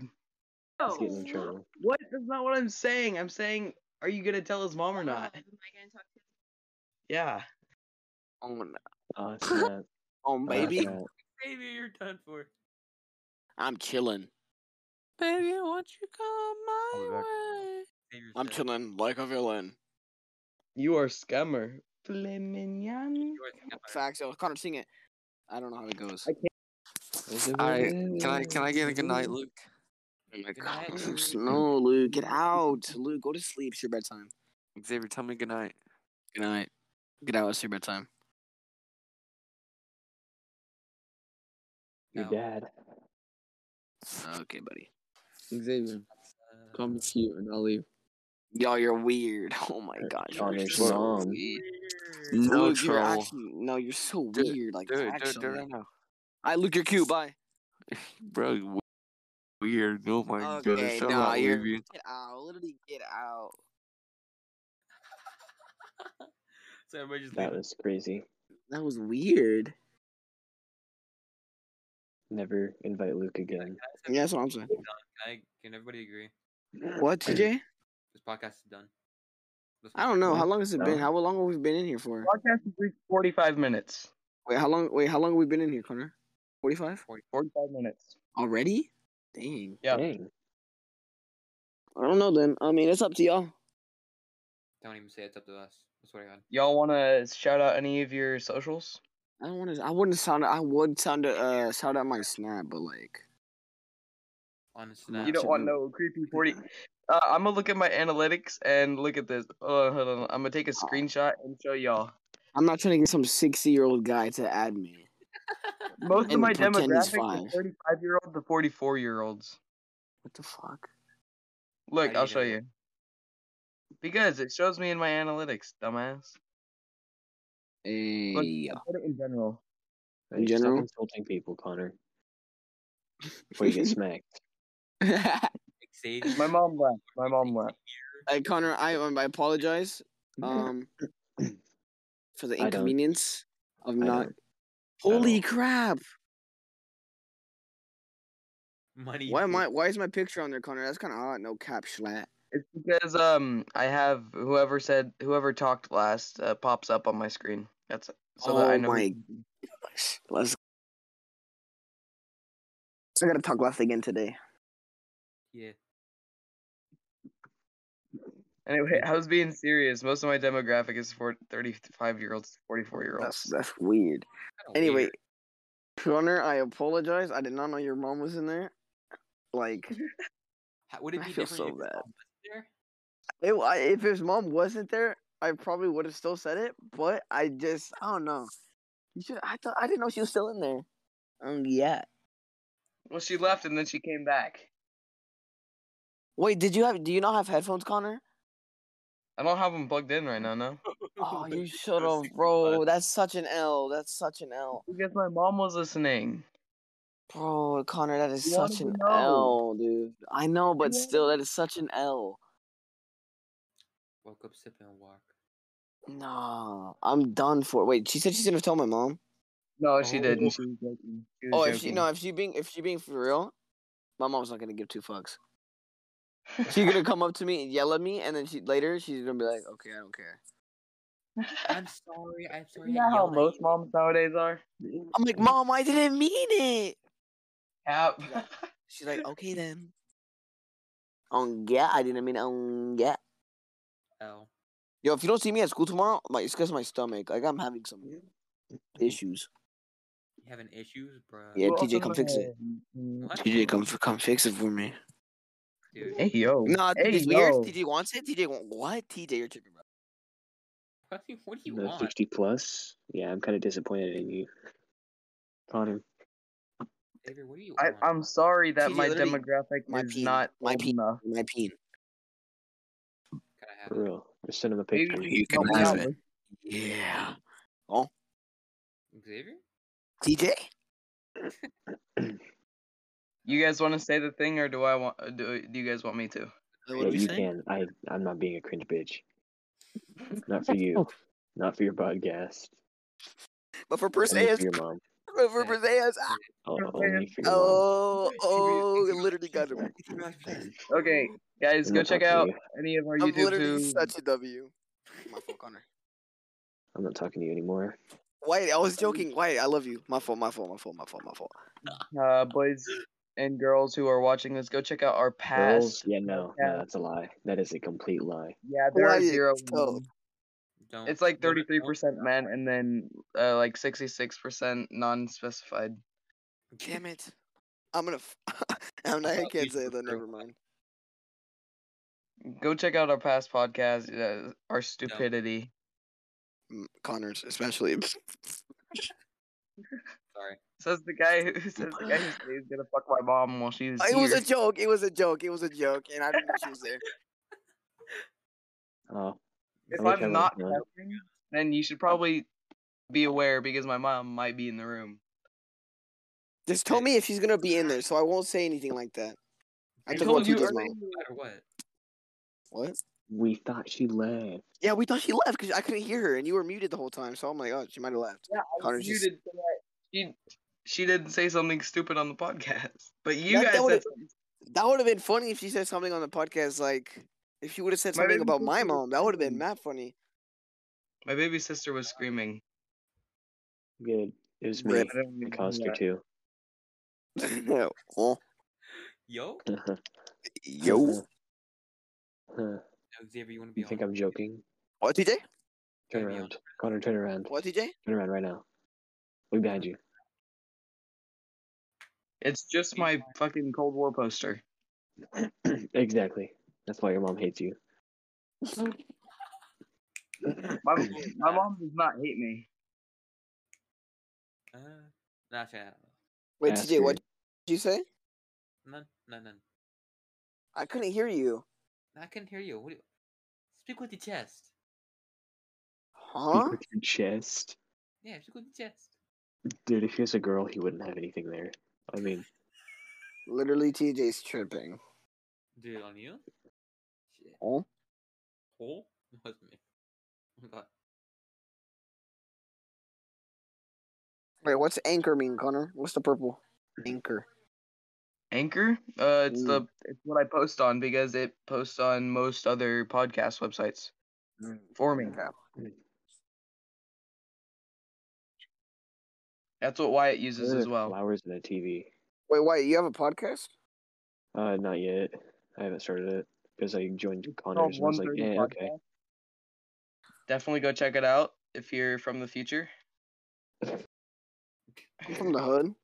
Oh, He's getting Oh. in <laughs> no. trouble. What? That's not what I'm saying. I'm saying, are you gonna tell his mom or not? Oh, Am I gonna talk to Yeah. Oh, no. Oh snap! oh Oh, baby, snap. Baby, you're done for. I'm chilling. Baby, won't you come I'll be my back. way? Xavier's I'm dead. chilling like a villain. You are a scammer. Fleminian. You are the scammer. Facts. Oh, Connor, sing it. I don't know how it goes. I I can I can I get a good night, Luke? Oh my Good night, gosh. Luke. <laughs> No, Luke, get out. Luke, go to sleep. It's your bedtime. Xavier, tell me good night. Good night. Get out. It's your bedtime. Your Ouch. dad. Okay, buddy. Xavier, Uh, come to you and I'll leave. Y'all, you're weird. <laughs> Oh my gosh. you're Connor's so mom. weird. weird. No Luke, you're troll. actually no, you're so Dude, weird. Like Do it, do it, do actually, it right now. I look your cute. Bye. <laughs> Bro, you weird. Oh my Okay, gosh. I'm nah, not you're leaving. get out. Literally get out. so everybody just That leave. was crazy. That was weird. Never invite Luke again. Guys, Yeah, that's what I'm saying. Can, I, can everybody agree? What, TJ? This podcast is done. This I don't know. How long has it No. been? How long have we been in here for? Podcast has reached 45 minutes. Wait, how long? Wait, how long have we been in here, Connor? Forty-five 45 minutes. already? Dang. Yeah. Dang. I don't know. Then I mean, it's up to y'all. Don't even say it's up to us. I swear to God. Y'all want to shout out any of your socials? I don't want to. I wouldn't sound. I would sound. Uh, sound out my snap, but like. on his You Snap. You don't want no creepy forty. Uh, I'm gonna look at my analytics and look at this. Uh, hold on. I'm gonna take a screenshot and show y'all. I'm not trying to get some 60 year old guy to add me. Most of And my pretend he's demographic are five. 35 year old to 44 year olds. What the fuck? Look, do I'll you show know? you. Because it shows me in my analytics, dumbass. Look, Hey, I put it in general. In Hey, stop general? insulting people, Connor. Before <laughs> you get smacked. Xavier. My mom left. My mom left. Hey, Connor, I um, <laughs> I apologize um for the I don't. inconvenience of I not. don't. Holy all. crap! <laughs> Money. Why am I? Why is my picture on there, Connor? That's kind of odd. No cap, schlat. It's because um I have whoever said whoever talked last uh, pops up on my screen. That's it. so that I Oh know. who- my Let's. I gotta talk left again today. Yeah. Anyway, <laughs> I was being serious. Most of my demographic is for 35 year olds to 44 year That's olds. that's weird. Kinda Anyway, weird. Connor, I apologize. I did not know your mom was in there. <laughs> Like, How- would it I be feel different so if bad. his mom wasn't there? it, I, if his mom wasn't there, I probably would have still said it. But I just, I don't know. You should. I thought I didn't know she was still in there. Um, yeah. Well, she left and then she came back. Wait, did you have? Do you not have headphones, Connor? I don't have them plugged in right now, no. Oh, you should have, bro. That's such an L. That's such an L, Because my mom was listening. bro. Connor, that is You wanted such to an know. L, dude. I know, but You still, that is such an L. Woke up sipping a walk. No, I'm done for. Wait, she said she's gonna tell my mom. No, she Oh. didn't. She was joking. She was Oh, joking. if she no, if she being if she being for real, my mom's not gonna give two fucks. <laughs> She's gonna come up to me and yell at me, and then she later she's gonna be like, "Okay, I don't care." <laughs> I'm sorry. I'm sorry. Isn't I that how yelled at most you. moms nowadays are? <laughs> I'm like, "Mom, I didn't mean it." Cap. She's <laughs> like, "Okay then." Um, yeah, I didn't mean. Um, yeah. Oh. Yo, if you don't see me at school tomorrow, my it's because my stomach. Like I'm having some issues. You having issues, bro? Yeah, TJ, come fix it. What? TJ, come f- come fix it for me. Dude. Hey yo. No, hey TJ's weird. yo. TJ wants it. TJ want what? TJ, you're tripping, bro. <laughs> What do you, what do you The want? 60 plus? Yeah, I'm kind of disappointed in you. Connor. Xavier, what do you I, want? I'm sorry that TJ, my literally, demographic my is peen, not my old peen. enough. My peen. Can I have For it? real. Just send him a Maybe picture. you can can help me have out it. with Yeah. Xavier? TJ? You guys want to say the thing, or do I want? uh, Do, do you guys want me to? What Yeah, are we you can. saying? I, I'm not being a cringe bitch. Not for you. Not for your podcast. But for Perseus, Only for your mom. but for Perseus, ah, O- For Only for your mom. oh, oh, it literally got him. Okay, guys, I'm go not talking check to out you. any of our I'm YouTube. literally Who... such a W. My fault, Connor. I'm not talking to you anymore. Wyatt, I was joking. Wyatt, I love you. My fault, my fault, my fault, my fault, my fault. uh, boys and girls who are watching this, go check out our Girls? past. Yeah, no. Yeah. No, that's a lie. That is a complete lie. Yeah, there are Wyatt, zero. stop. women. Don't. It's like don't- don't- thirty-three percent men, and then uh, like sixty-six percent non-specified. Damn it. I'm gonna. F- <laughs> I'm not. I thought we can't say were that. Never girls. mind. Go check out our past podcast, uh, our stupidity. Mm, Connor's, especially. <laughs> Sorry. Says the guy who <laughs> says the guy who said he was gonna fuck my mom while she was It was here. a joke. It was a joke. It was a joke, and I didn't know she was there. Oh, if I wish I I'm would've not known. cussing, then you should probably be aware because my mom might be in the room. Just tell me if she's gonna be in there, so I won't say anything like that. I I took told about you TJ's earlier- mom. No matter what. What? we thought she left. Yeah, we thought she left because I couldn't hear her, and you were muted the whole time. So I'm like, oh, she might have left. Yeah, I Connor's was just- muted. so that She she didn't say something stupid on the podcast, <laughs> but you That- that guys would've- said something. That would have been funny if she said something on the podcast, like if she would have said My something baby about my sister was mom. That would have been screaming. mad funny. <laughs> My baby sister was screaming. Good. It was me. Rip. I don't It even caused know her that. too. oh, Yo? <laughs> yo, you No, Xavier, you want to be on? think I'm joking? what TJ? Turn Maybe on- around. Connor, turn around. What TJ? Turn around right now. Look behind you. It's just my fucking Cold War poster. <clears throat> exactly. That's why your mom hates <laughs> you. My, my mom does not hate me. Uh, no, actually, I don't know. Wait, TJ, what did you say? None, none, none. I couldn't hear you. I couldn't hear you. What do you... Speak with your chest. Speak Huh? with your chest. Yeah, speak with your chest. Dude, if he was a girl, he wouldn't have anything there. I mean, Literally, TJ's tripping. Dude, on you? Shit. Oh. <laughs> Oh? No, it's me. Oh my god. Wait, what's anchor mean, Connor? What's the purple? Anchor. Anchor? Uh, it's Ooh. the it's what I post on because it posts on most other podcast websites for me. That's what Wyatt uses there as are well. flowers in the TV. Wait, wait, you have a podcast? Uh, not yet. I haven't started it because I joined Called Connors and I was like, 130 yeah, okay. Podcast. Definitely go check it out if you're from the future. I'm from the hood,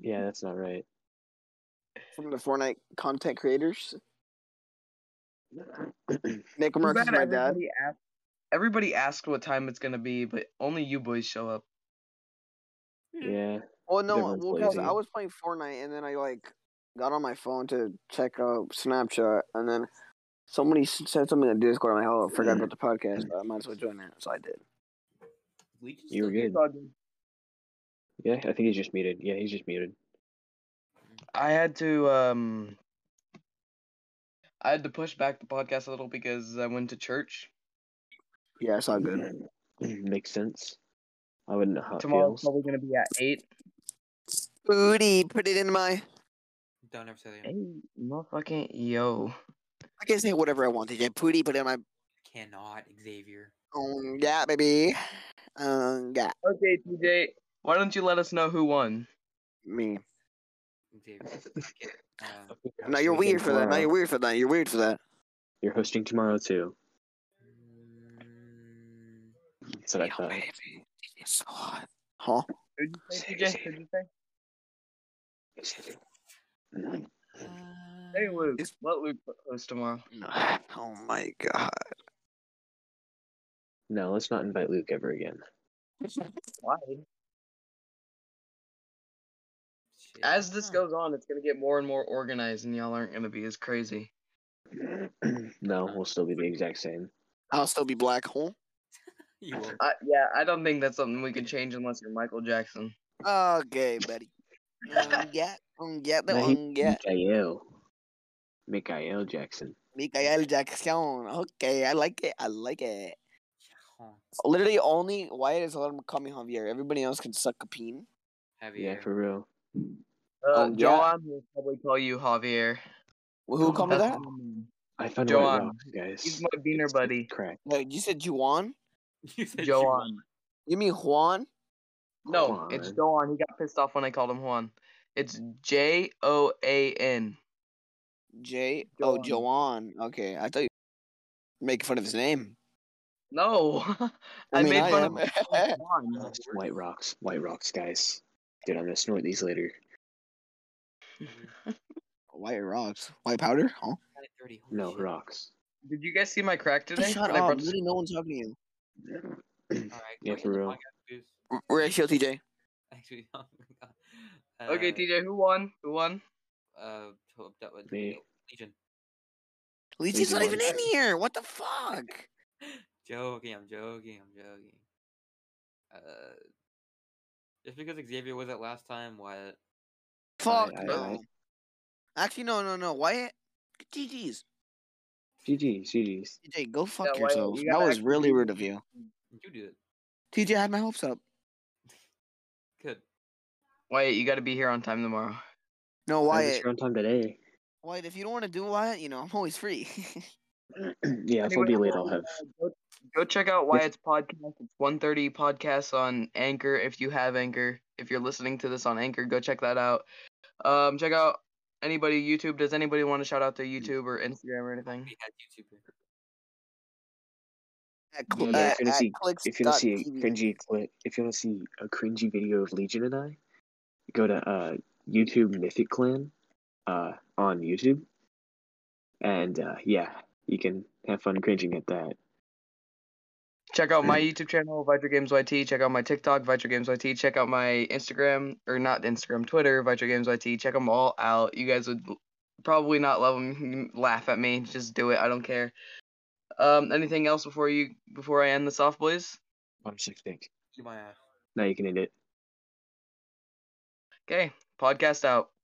Yeah, that's not right. <clears throat> from the Fortnite content creators. Nick Marks is Too my bad dad. everybody asked- Everybody asked what time it's gonna be, but only you boys show up. yeah. Well, no, Everyone's well, because lazy. I was playing Fortnite and then I like got on my phone to check out Snapchat and then somebody s- said something on Discord. and I'm like, oh, I forgot about the podcast, but I might as well join it, so I did. Legion's You were still- good. Yeah, I think he's just muted. Yeah, he's just muted. I had to um I had to push back the podcast a little because I went to church. Yeah, it's all good. <clears throat> Makes sense. I wouldn't know how it Tomorrow's feels. probably gonna be at eight. Booty, put it in my. Don't ever say that. Hey, motherfucking yo. I can say whatever I want to. Yeah, booty, put it in my. Cannot, Xavier. Um, yeah, baby. Um, yeah, Okay, TJ. Why don't you let us know who won? me. Xavier. Uh, <laughs> No, hosting you're again weird for that. No, tomorrow. you're weird for that. You're weird for that. You're hosting tomorrow too. mm, That's what I thought. It's so hot. Huh? Who'd you say, TJ? Who'd you say? Hey, Luke. Uh, It's- Let Luke host tomorrow. Oh my god. No, let's not invite Luke ever again. <clears throat> Why? shit. As this Huh. goes on, it's gonna get more and more organized, and y'all aren't gonna be as crazy. no, we'll still be the exact same. I'll still be black hole. You will. I, yeah, I don't think that's something we can change unless you're Michael Jackson. Okay, <laughs> buddy. Um, yeah, um, yeah, the No, he- um, yeah. Mikael. Mikael Jackson. Mikael Jackson. Okay, I like it. I like it. Huh. Literally, only Wyatt is allowed to call me Javier. Everybody else can suck a peen. Javier. Oh, Yeah, for real. Uh, Oh, yeah. Joan will probably call you Javier. Well, who called me that? I found White Joan, Rocks, guys. He's my beaner It's buddy. Crack. Wait, you said Juan? <laughs> you said you won. Joan. You mean Juan? No, Juan. it's Joan. He got pissed off when I called him Juan. It's J O A N. J. Oh, Juan. Joan. Okay, I thought you were making fun of his name. No, <laughs> I, I mean, made I fun am. of him. Juan. White Rocks. White Rocks, guys. Dude, I'm gonna snort these later. <laughs> White rocks. White powder? Huh? 9:30, holy No, shit. rocks. Did you guys see my crack today? Shut when I up. brought this- Literally, no one's talking to you. Uh, <clears throat> All right, Yeah, we're for in the real. podcast, dude. We're at Shield TJ. <laughs> Actually, <laughs> oh my god. Okay, Uh, TJ, who won? Who won? Uh, so that was Me. Legion. Legion's not Legion even on in here. What the fuck? Joking, I'm joking, I'm joking. Uh, just because Xavier was at last time, why? Fuck I- I- no. Actually, no, no, no. Wyatt, GG's. GG, GG's. TJ, go fuck Wyatt, yourself. you that gotta was actually really do rude of you. You do it. TJ I had my hopes up. Good. Wyatt, you got to be here on time tomorrow. I No, was Wyatt. here on time today. <clears throat> Wyatt, if you don't want to do Wyatt, you know, I'm always free. <laughs> yeah, if I'll Anyway, be late, I'll have. Uh, Go, go check out Wyatt's podcast. It's 130 podcasts on Anchor if you have Anchor. If you're listening to this on Anchor, go check that out. Um, check out anybody YouTube. Does anybody want to shout out their YouTube or Instagram or anything? We had YouTuber. at, No, cl- no, at, if you wanna at see- clicks If you want to see a TV. cringy clip, if you want to see a cringy video of Legion and I, go to uh, YouTube Mythic Clan uh, on YouTube, and uh, yeah, you can have fun cringing at that. Check out my YouTube channel, Vitro Games YT. Check out my TikTok, Vitro Games YT. Check out my Instagram, or not Instagram, Twitter, Vitro Games YT. Check them all out. You guys would probably not love them. Laugh at me. Just do it. I don't care. Um, anything else before you before I end this off, boys? One six think. Keep my ass. Now you can end it. Okay, podcast out.